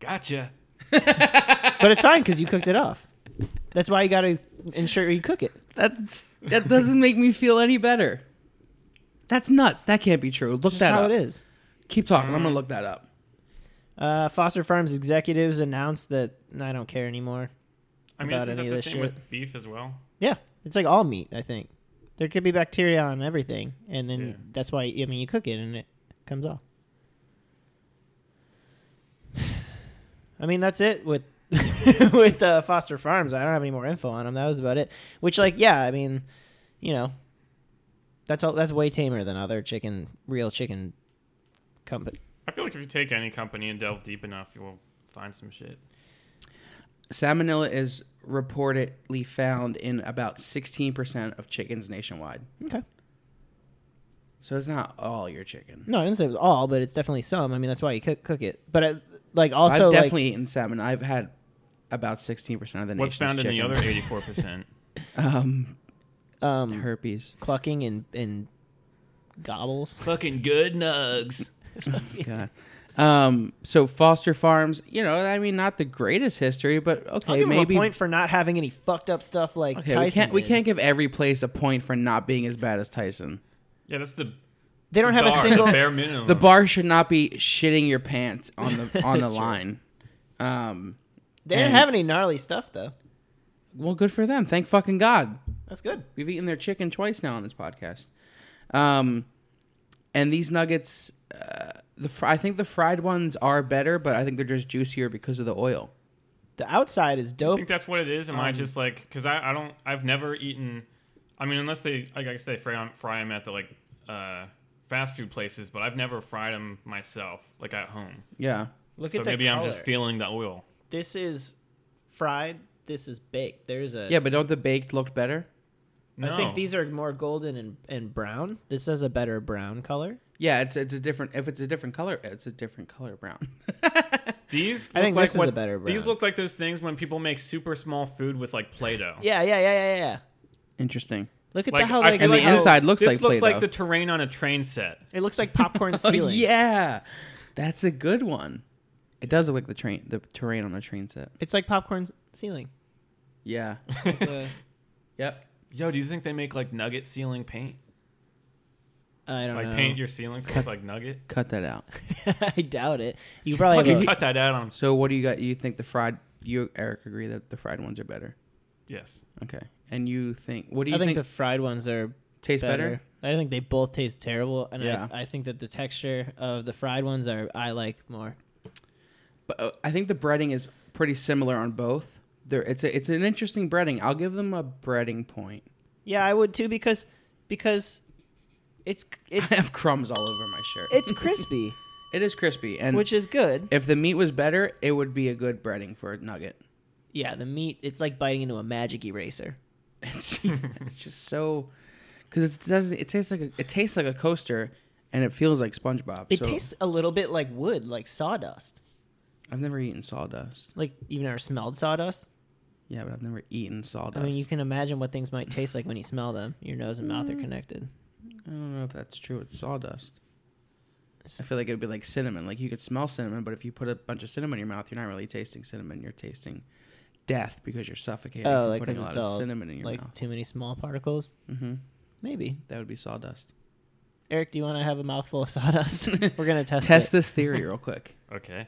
Speaker 4: Gotcha.
Speaker 3: but it's fine because you cooked it off. That's why you got to ensure you cook it.
Speaker 1: That's that doesn't make me feel any better. That's nuts. That can't be true. Look
Speaker 3: That's just
Speaker 1: that
Speaker 3: how
Speaker 1: up.
Speaker 3: it is.
Speaker 1: Keep talking. I'm gonna look that up.
Speaker 3: Uh, Foster Farms executives announced that I don't care anymore.
Speaker 4: I mean,
Speaker 3: About
Speaker 4: isn't
Speaker 3: any
Speaker 4: that
Speaker 3: of
Speaker 4: the
Speaker 3: this
Speaker 4: same
Speaker 3: shit.
Speaker 4: with beef as well?
Speaker 3: Yeah, it's like all meat. I think there could be bacteria on everything, and then
Speaker 4: Yeah.
Speaker 3: that's why I mean you cook it and it comes off. (sighs) I mean that's it with (laughs) with uh, Foster Farms. I don't have any more info on them. That was about it. Which like yeah, I mean, you know, that's all. That's way tamer than other chicken, real chicken company.
Speaker 4: I feel like if you take any company and delve deep enough, you will find some shit.
Speaker 1: Salmonella is reportedly found in about 16% of chickens nationwide.
Speaker 3: Okay.
Speaker 1: So it's not all your chicken.
Speaker 3: No, I didn't say it was all, but it's definitely some. I mean that's why you cook cook it. But I, like
Speaker 1: So
Speaker 3: also
Speaker 1: I've
Speaker 3: like,
Speaker 1: definitely eaten salmon. I've had about 16% of the
Speaker 4: What's found
Speaker 1: nation's
Speaker 4: in the
Speaker 1: chicken.
Speaker 3: (laughs)
Speaker 4: other eighty-four percent?
Speaker 1: (laughs) Um,
Speaker 3: um,
Speaker 1: herpes.
Speaker 3: clucking and and gobbles.
Speaker 4: Fucking good nugs.
Speaker 1: God. Um, so Foster Farms, you know, I mean, not the greatest history, but
Speaker 3: I'll
Speaker 1: okay,
Speaker 3: give
Speaker 1: maybe.
Speaker 3: him a point for not having any fucked up stuff like
Speaker 1: okay,
Speaker 3: Tyson.
Speaker 1: we can't we
Speaker 3: did.
Speaker 1: can't give every place a point for not being as bad as Tyson.
Speaker 4: Yeah, that's the.
Speaker 3: They don't have a
Speaker 4: bar,
Speaker 3: single.
Speaker 4: the bare minimum.
Speaker 1: The bar should not be shitting your pants on
Speaker 3: (laughs)
Speaker 1: the on the
Speaker 3: That's true.
Speaker 1: line. Um,
Speaker 3: They didn't
Speaker 1: and-
Speaker 3: have any gnarly stuff though.
Speaker 1: well, good for them. Thank fucking God.
Speaker 3: That's good.
Speaker 1: We've eaten their chicken twice now on this podcast. Um, and these nuggets, uh, the fr- I think the fried ones are better, but I think they're just juicier because of the oil.
Speaker 3: The outside is
Speaker 4: I
Speaker 3: dope.
Speaker 4: think that's what it is. Am I
Speaker 3: Um,
Speaker 4: just like because I, I don't I've never eaten. I mean, unless they I guess they fry 'em fry them at the like uh, fast food places, but I've never fried them myself like at home.
Speaker 1: Yeah.
Speaker 3: Look
Speaker 4: so
Speaker 3: at the
Speaker 4: maybe I'm just
Speaker 3: color.
Speaker 4: feeling the oil.
Speaker 3: This is fried. This is baked. There's a.
Speaker 1: Yeah, but don't the baked look better?
Speaker 4: No.
Speaker 3: I think these are more golden and, and brown. This has a better brown color.
Speaker 1: Yeah, it's it's a different if it's a different color, it's a different color brown. (laughs)
Speaker 4: These
Speaker 3: I
Speaker 4: look
Speaker 3: think
Speaker 4: like
Speaker 3: this is
Speaker 4: what,
Speaker 3: a better
Speaker 4: These
Speaker 3: brown.
Speaker 4: look like those things when people make super small food with like Play-Doh.
Speaker 3: Yeah, yeah, yeah, yeah, yeah.
Speaker 1: Interesting.
Speaker 3: Look at
Speaker 4: Like,
Speaker 3: the how
Speaker 4: I
Speaker 3: like,
Speaker 4: feel
Speaker 1: And the
Speaker 4: like how-
Speaker 1: inside looks
Speaker 4: this
Speaker 1: like
Speaker 4: looks
Speaker 1: Play-Doh.
Speaker 4: like the terrain on a train set.
Speaker 3: it looks like popcorn ceiling.
Speaker 1: (laughs) Oh, yeah. That's a good one. It does look like the train the terrain on a train set.
Speaker 3: It's like popcorn ceiling.
Speaker 4: (laughs)
Speaker 1: (laughs)
Speaker 3: Uh,
Speaker 1: Yeah.
Speaker 3: The-
Speaker 1: Yep.
Speaker 4: Yo, do you think they make like nugget ceiling paint?
Speaker 3: I don't
Speaker 4: Like
Speaker 3: know.
Speaker 4: paint your ceilings with like nugget?
Speaker 1: Cut that out.
Speaker 3: (laughs) I doubt it. You probably
Speaker 4: Fucking
Speaker 3: have a,
Speaker 4: cut that out on.
Speaker 1: So what do you got? You think the fried? You Eric agree that the fried ones are better?
Speaker 4: Yes.
Speaker 1: Okay. And you think what do you
Speaker 3: I think,
Speaker 1: think,
Speaker 3: the fried ones are
Speaker 1: tastes better?
Speaker 3: I think they both taste terrible, and
Speaker 1: Yeah.
Speaker 3: I, I think that the texture of the fried ones are I like more.
Speaker 1: But uh, I think the breading is pretty similar on both. There, it's a, it's an interesting breading. I'll give them a breading point.
Speaker 3: Yeah, I would too because because it's
Speaker 1: (laughs) I
Speaker 3: it's
Speaker 1: have crumbs all over my shirt.
Speaker 3: it's crispy,
Speaker 1: it is crispy, and
Speaker 3: which is good.
Speaker 1: if the meat was better, it would be a good breading for a nugget.
Speaker 3: Yeah, the meat it's like biting into a magic eraser.
Speaker 1: (laughs) It's,
Speaker 3: (laughs)
Speaker 1: it's just so because it doesn't. It tastes like a, it tastes like a coaster, and it feels like SpongeBob.
Speaker 3: It
Speaker 1: so
Speaker 3: tastes a little bit like wood, like sawdust.
Speaker 1: I've never eaten sawdust.
Speaker 3: Like you've never smelled sawdust.
Speaker 1: Yeah, but I've never eaten sawdust.
Speaker 3: I mean, you can imagine what things might taste like when you smell them. Your nose and mouth are connected.
Speaker 1: I don't know if that's true. It's sawdust. I feel like it'd be like cinnamon. Like you could smell cinnamon, but if you put a bunch of cinnamon in your mouth, you're not really tasting cinnamon. You're tasting death because you're suffocating.
Speaker 3: Oh,
Speaker 1: from
Speaker 3: like
Speaker 1: putting
Speaker 3: because
Speaker 1: a lot
Speaker 3: it's
Speaker 1: of
Speaker 3: all
Speaker 1: cinnamon in your
Speaker 3: like
Speaker 1: mouth.
Speaker 3: too many small particles.
Speaker 1: hmm
Speaker 3: Maybe.
Speaker 1: That would be sawdust.
Speaker 3: Eric, do you want to have a mouthful
Speaker 1: (laughs)
Speaker 3: of sawdust? We're gonna test.
Speaker 1: Test
Speaker 3: it.
Speaker 1: this
Speaker 3: (laughs)
Speaker 1: theory real quick.
Speaker 4: Okay.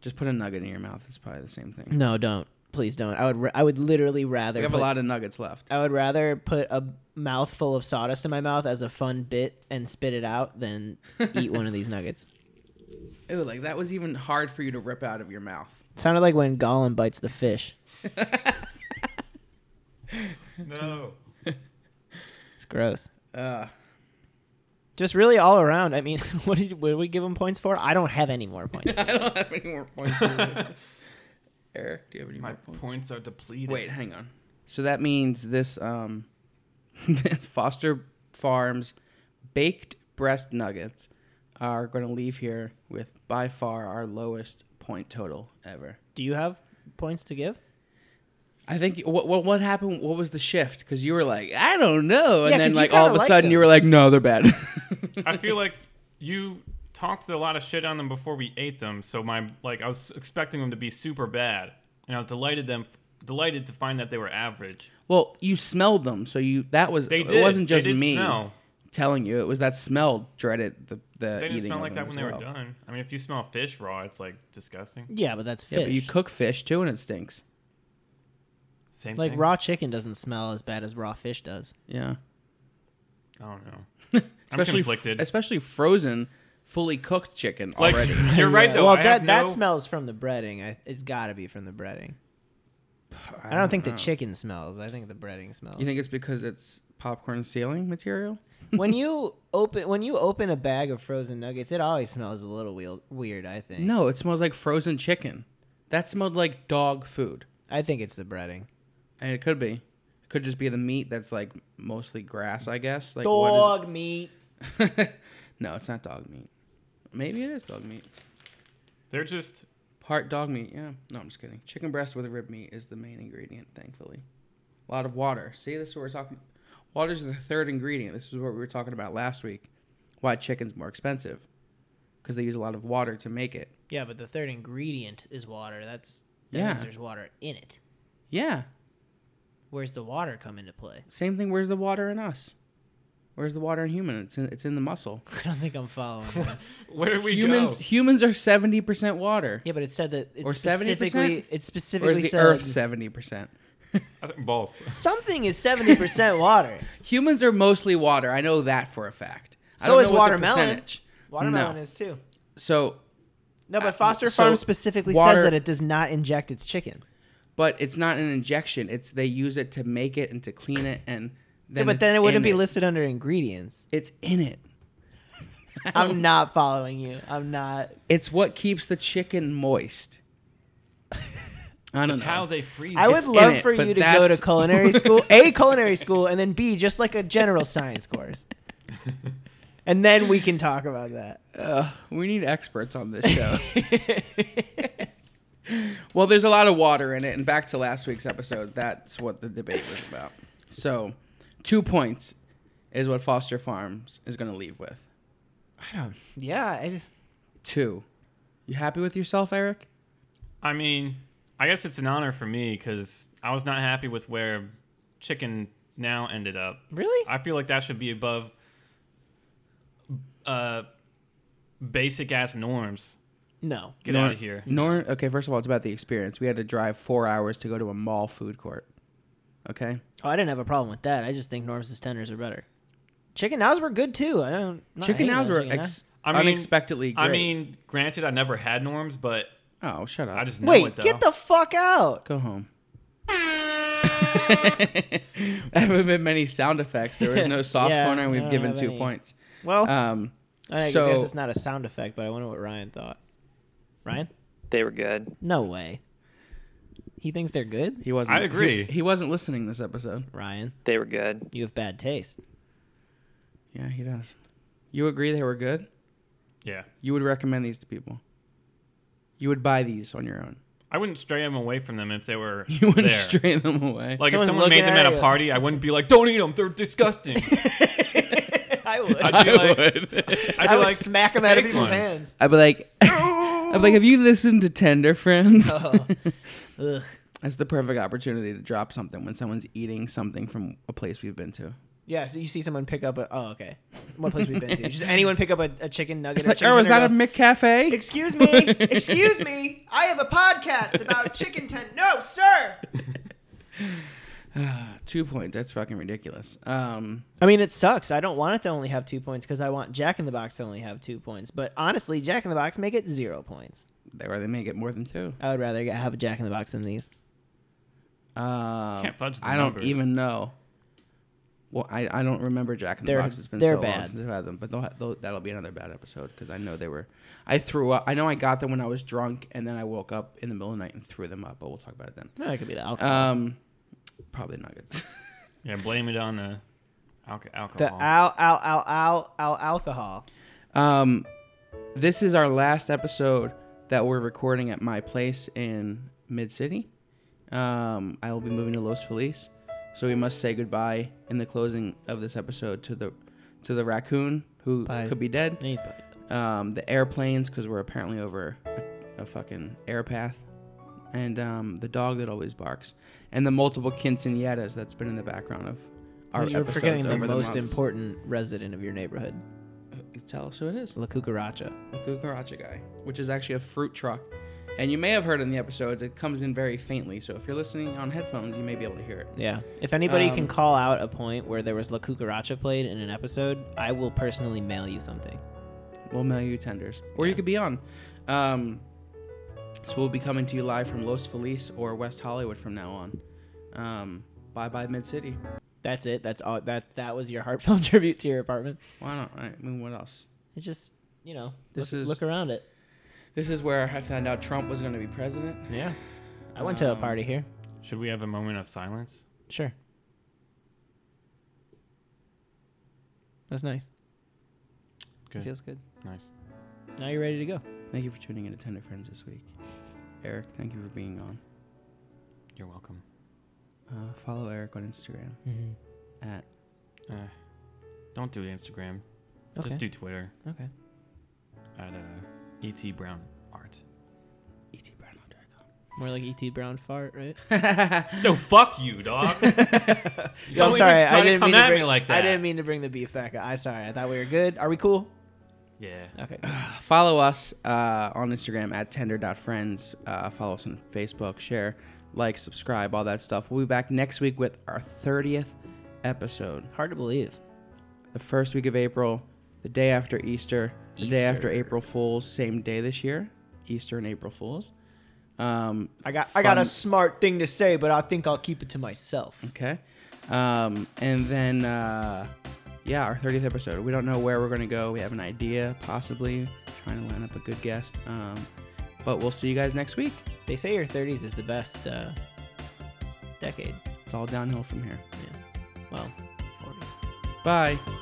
Speaker 1: Just put a nugget in your mouth. It's probably the same thing.
Speaker 3: No, don't. Please don't. I would. Ra- I would literally rather.
Speaker 1: We have a
Speaker 3: put-
Speaker 1: lot of nuggets left.
Speaker 3: I would rather put a mouthful of sawdust in my mouth as a fun bit and spit it out than eat
Speaker 1: (laughs)
Speaker 3: one of these nuggets.
Speaker 1: Ooh, like that was even hard for you to rip out of your mouth.
Speaker 3: sounded like when Gollum bites the fish.
Speaker 4: No.
Speaker 3: It's gross.
Speaker 1: Uh, (laughs)
Speaker 3: Just really all around. I mean, (laughs) what did, what did we give him points for? I don't have any more points.
Speaker 1: I don't have any more points.
Speaker 3: (laughs)
Speaker 1: either. Eric, do you have any
Speaker 4: My
Speaker 1: more points?
Speaker 4: points are depleted.
Speaker 1: Wait, hang on. So that means this um, (laughs) Foster Farms baked breast nuggets are going to leave here with by far our lowest point total ever.
Speaker 3: Do you have points to give?
Speaker 1: I think what what, what happened? What was the shift? Because you were like, I don't know, and
Speaker 3: Yeah, 'cause
Speaker 1: then
Speaker 3: you
Speaker 1: like all of a
Speaker 3: kinda liked
Speaker 1: sudden you
Speaker 3: them.
Speaker 1: were like, no, they're bad.
Speaker 4: (laughs) I feel like you talked a lot of shit on them before we ate them, so my like I was expecting them to be super bad, and I was delighted them delighted to find that they were average.
Speaker 1: well, you smelled them, so you that was
Speaker 4: They did.
Speaker 1: it. Wasn't
Speaker 4: They
Speaker 1: just
Speaker 4: did
Speaker 1: me uh,
Speaker 4: smell.
Speaker 1: telling you. It was that smell dreaded the the
Speaker 4: They
Speaker 1: eating.
Speaker 4: didn't smell
Speaker 1: of
Speaker 4: like
Speaker 1: them
Speaker 4: that when
Speaker 1: as
Speaker 4: they were
Speaker 1: well.
Speaker 4: done. I mean, if you smell fish raw, it's like disgusting.
Speaker 3: Yeah, but that's fish.
Speaker 1: Yeah, but you cook fish too, and it stinks.
Speaker 4: Same
Speaker 3: like
Speaker 4: thing.
Speaker 3: raw chicken doesn't smell as bad as raw fish does.
Speaker 1: Yeah.
Speaker 4: I don't know.
Speaker 1: especially
Speaker 4: I'm conflicted.
Speaker 1: F- especially frozen, fully cooked chicken
Speaker 4: like (laughs)
Speaker 1: already.
Speaker 4: you're right though.
Speaker 3: well,
Speaker 4: I
Speaker 3: that
Speaker 4: have
Speaker 3: that
Speaker 4: no-
Speaker 3: smells from the breading. I, it's got to be from the breading. I don't, think the chicken smells. I think the breading smells.
Speaker 1: You think it's because it's popcorn sealing material?
Speaker 3: (laughs) when you open when you open a bag of frozen nuggets, it always smells a little weird. Weird, I think.
Speaker 1: No, it smells like frozen chicken. That smelled like dog food.
Speaker 3: I think it's the breading.
Speaker 1: I mean, it could be. It could just be the meat that's like mostly grass, I guess. Like what
Speaker 3: Dog meat.
Speaker 1: is? (laughs) no, it's not dog meat. Maybe it is dog meat.
Speaker 4: They're just
Speaker 1: Part dog meat. Yeah. No, I'm just kidding. Chicken breast with rib meat is the main ingredient, thankfully. A lot of water. See, this is what we're talking. Water's the third ingredient. This is what we were talking about last week. Why chicken's more expensive? Because they use a lot of water to make it.
Speaker 3: Yeah, but the third ingredient is water. That's that
Speaker 1: Yeah.
Speaker 3: means there's water in it.
Speaker 1: Yeah.
Speaker 3: Where's the water come into play? (laughs)
Speaker 1: Same thing. Where's the water in us? Where's the water in human? It's in, it's in the muscle.
Speaker 3: I don't think I'm following
Speaker 1: (laughs)
Speaker 3: this.
Speaker 4: where did we
Speaker 1: humans
Speaker 4: go?
Speaker 1: humans are seventy percent water,
Speaker 3: yeah, but it said that it's
Speaker 1: Or 70%?
Speaker 3: specifically it
Speaker 1: or is
Speaker 3: specifically
Speaker 1: the
Speaker 3: said
Speaker 1: Earth seventy percent?
Speaker 4: I think
Speaker 1: (laughs)
Speaker 4: both.
Speaker 3: something is seventy percent water.
Speaker 1: Humans are mostly water. I know that for a fact. I
Speaker 3: So
Speaker 1: don't
Speaker 3: is
Speaker 1: know what the
Speaker 3: watermelon.
Speaker 1: percentage-
Speaker 3: Watermelon
Speaker 1: No.
Speaker 3: is too.
Speaker 1: So
Speaker 3: No,
Speaker 1: Uh,
Speaker 3: but Foster
Speaker 1: so
Speaker 3: Farms specifically
Speaker 1: water-
Speaker 3: says that it does not inject its chicken.
Speaker 1: but it's not an injection. It's they use it to make it and to clean it, and
Speaker 3: Yeah,
Speaker 1: then
Speaker 3: but
Speaker 1: it's
Speaker 3: then it wouldn't
Speaker 1: in
Speaker 3: be listed under ingredients.
Speaker 1: It's in
Speaker 3: (laughs)
Speaker 1: it.
Speaker 3: I'm not following you. I'm not.
Speaker 1: (laughs) It's what keeps the chicken moist. I don't
Speaker 4: It's
Speaker 1: know.
Speaker 4: how they freeze.
Speaker 3: I
Speaker 4: it.
Speaker 3: would
Speaker 1: in
Speaker 3: love
Speaker 1: it,
Speaker 3: for
Speaker 1: but
Speaker 3: you to go to
Speaker 1: that's- (laughs)
Speaker 3: culinary school, A, culinary school, and then B, just like a general
Speaker 1: (laughs)
Speaker 3: science course. And then we can talk about that.
Speaker 1: Ugh, we need experts on this show. (laughs) well, there's a lot of water in it, and back to last week's episode, that's what the debate was about. So, two points is what Foster Farms is going to leave with.
Speaker 3: I don't, yeah. I just,
Speaker 1: Two. You happy with yourself, Eric?
Speaker 4: I mean, I guess it's an honor for me because I was not happy with where chicken now ended up.
Speaker 3: Really?
Speaker 4: I feel like that should be above uh, basic ass norms.
Speaker 3: no.
Speaker 4: Get
Speaker 1: Nor-
Speaker 4: out of here.
Speaker 1: Nor okay, first of all, it's about the experience. We had to drive four hours to go to a mall food court. Okay,
Speaker 3: Oh, I didn't have a problem with that. I just think Norm's tenders are better. Chicken nows were good too. I don't. not
Speaker 1: chicken
Speaker 3: hating on
Speaker 1: nows were
Speaker 3: chicken
Speaker 1: ex-
Speaker 4: I mean-
Speaker 1: unexpectedly great.
Speaker 4: I mean, granted, I never had norms, but
Speaker 1: oh, shut up!
Speaker 4: I just
Speaker 3: nows.
Speaker 4: know
Speaker 3: Wait,
Speaker 4: it though.
Speaker 3: get the fuck out!
Speaker 1: go home. (laughs) there haven't been many sound effects. There
Speaker 4: (laughs)
Speaker 1: was no sauce
Speaker 3: Yeah,
Speaker 1: corner, and
Speaker 3: I
Speaker 1: we've
Speaker 3: don't
Speaker 1: given
Speaker 3: have
Speaker 1: two
Speaker 3: any.
Speaker 1: points.
Speaker 3: Well,
Speaker 1: Um,
Speaker 3: I
Speaker 1: so
Speaker 3: guess it's not a sound effect, but I wonder what Ryan thought. Ryan?
Speaker 5: They were good.
Speaker 3: No way. He thinks they're good.
Speaker 1: he wasn't.
Speaker 4: I agree.
Speaker 1: He, he wasn't listening this episode.
Speaker 3: Ryan,
Speaker 5: They were good.
Speaker 3: you have bad taste.
Speaker 1: Yeah, he does. You agree they were good?
Speaker 4: yeah.
Speaker 1: You would recommend these to people. You would buy these on your own. (laughs)
Speaker 4: I wouldn't stray them away from them if they were
Speaker 1: You wouldn't
Speaker 4: there.
Speaker 1: stray them away.
Speaker 4: Like if
Speaker 3: Someone's
Speaker 4: someone made
Speaker 3: looking
Speaker 4: them
Speaker 3: at
Speaker 4: at
Speaker 3: you.
Speaker 4: a party, I wouldn't be like, "Don't eat them; they're
Speaker 1: (laughs)
Speaker 4: disgusting."
Speaker 3: (laughs) I would.
Speaker 4: I'd be like,
Speaker 1: would.
Speaker 4: I'd
Speaker 3: I
Speaker 4: be
Speaker 3: would
Speaker 4: like,
Speaker 3: smack him out of
Speaker 4: "Take
Speaker 3: people's
Speaker 4: one."
Speaker 3: hands.
Speaker 1: I'd be like, (laughs) I'd be like, have you listened to Tender Friends?
Speaker 3: (laughs) Oh. Ugh.
Speaker 1: (laughs) That's the perfect opportunity to drop something when someone's eating something from a place we've been to.
Speaker 3: Yeah, so you see someone pick up a. Oh, okay. What place we've been to? Just anyone pick up a, a chicken nugget.
Speaker 1: It's
Speaker 3: or
Speaker 1: like,
Speaker 3: chicken
Speaker 1: oh, is
Speaker 3: tender
Speaker 1: that a
Speaker 3: and go,
Speaker 1: McCafe?
Speaker 3: Excuse me, excuse me. I have a podcast about chicken ten. No, sir.
Speaker 1: Two points. That's fucking ridiculous. Um,
Speaker 3: I mean, it sucks. I don't want it to only have two points because I want Jack in the Box to only have two points. But honestly, Jack in the Box make it zero points.
Speaker 1: they, or they may get more than two.
Speaker 3: I would rather get- have a Jack in the Box than these.
Speaker 1: Um,
Speaker 4: Can't fudge the
Speaker 1: I don't
Speaker 4: numbers.
Speaker 1: even know. Well, I, I don't remember Jack in the
Speaker 3: They're-
Speaker 1: Box. It's been
Speaker 3: they're
Speaker 1: so long
Speaker 3: bad.
Speaker 1: since I've had them, but they'll, they'll, that'll be another bad episode because I know they were. I threw up. I know I got them when I was drunk, and then I woke up in the middle of the night and threw them up. But we'll talk about it then.
Speaker 3: No, it could be the alcohol.
Speaker 1: Um, probably nuggets.
Speaker 4: Yeah, blame it on the alco-
Speaker 3: the
Speaker 4: alcohol.
Speaker 1: Oh.
Speaker 3: al al al al al alcohol.
Speaker 1: Um, this is our last episode that we're recording at my place in Mid City. Um, I will be moving to Los Feliz, so we must say goodbye in the closing of this episode to the to the raccoon who
Speaker 3: Bye.
Speaker 1: could be dead.
Speaker 3: He's probably-
Speaker 1: Um, the airplanes because we're apparently over a, a fucking air path, and um, the dog that always barks, and the multiple quinceañeras that's been in the background of our
Speaker 3: You're
Speaker 1: episodes
Speaker 3: forgetting the
Speaker 1: over the
Speaker 3: most
Speaker 1: months.
Speaker 3: important resident of your neighborhood,
Speaker 1: Tell us who it is.
Speaker 3: La Cucaracha.
Speaker 1: the cucaracha guy, which is actually a fruit truck. And you may have heard in the episodes, it comes in very faintly. So if you're listening on headphones, you may be able to hear it.
Speaker 3: Yeah. If anybody
Speaker 1: Um,
Speaker 3: can call out a point where there was La Cucaracha played in an episode, I will personally mail you something.
Speaker 1: We'll mail you tenders, or you
Speaker 3: Yeah.
Speaker 1: could be on. Um, so we'll be coming to you live from Los Feliz or West Hollywood from now on. Um, bye bye Mid City.
Speaker 3: That's it. That's all. That that was your heartfelt (laughs) tribute to your apartment.
Speaker 1: Why not? I mean, what else?
Speaker 3: It's just you know,
Speaker 1: This
Speaker 3: look,
Speaker 1: is-
Speaker 3: look around it.
Speaker 1: This is where I found out Trump was going to be president.
Speaker 4: yeah.
Speaker 3: I went to a
Speaker 1: Um,
Speaker 3: party here.
Speaker 4: Should we have a moment of silence?
Speaker 3: Sure. That's nice.
Speaker 4: Good.
Speaker 3: Feels good.
Speaker 4: nice.
Speaker 3: Now you're ready to go.
Speaker 1: Thank you for tuning in to Tender Friends this week. Eric, thank you for being on.
Speaker 4: You're welcome.
Speaker 1: Uh, follow Eric on Instagram
Speaker 3: Mm-hmm.
Speaker 1: at
Speaker 4: Uh, don't do Instagram.
Speaker 3: Okay.
Speaker 4: Just do Twitter
Speaker 3: okay.
Speaker 4: at uh, et brown art.
Speaker 1: E etbrownlaw.com.
Speaker 3: More like ET Brown fart, right?
Speaker 4: No, fuck you,
Speaker 3: (laughs)
Speaker 4: dog.
Speaker 3: I'm
Speaker 4: even
Speaker 3: sorry.
Speaker 4: try to
Speaker 3: I didn't
Speaker 4: come
Speaker 3: mean to
Speaker 4: at me
Speaker 3: bring,
Speaker 4: like
Speaker 3: I
Speaker 4: that.
Speaker 3: didn't mean to bring the beef back. up. I sorry. I thought we were good. Are we cool?
Speaker 4: yeah.
Speaker 3: Okay.
Speaker 1: follow us uh, on Instagram at tender.friends. Uh, follow us on Facebook, share, like, subscribe, all that stuff. We'll be back next week with our 30th episode.
Speaker 3: Hard to believe.
Speaker 1: The first week of April, the day after Easter, the day after
Speaker 3: Easter.
Speaker 1: April Fools, same day this year, Easter and April Fools. Um,
Speaker 3: I got I got a
Speaker 1: fun-
Speaker 3: smart thing to say, but I think I'll keep it to myself.
Speaker 1: Okay. Um, and then, uh, yeah, our 30th episode. We don't know where we're going to go. We have an idea, possibly trying to line up a good guest. Um, but we'll see you guys next week.
Speaker 3: They say your 30s is the best uh, decade.
Speaker 1: It's all downhill from here.
Speaker 3: Well, 40.
Speaker 1: Bye.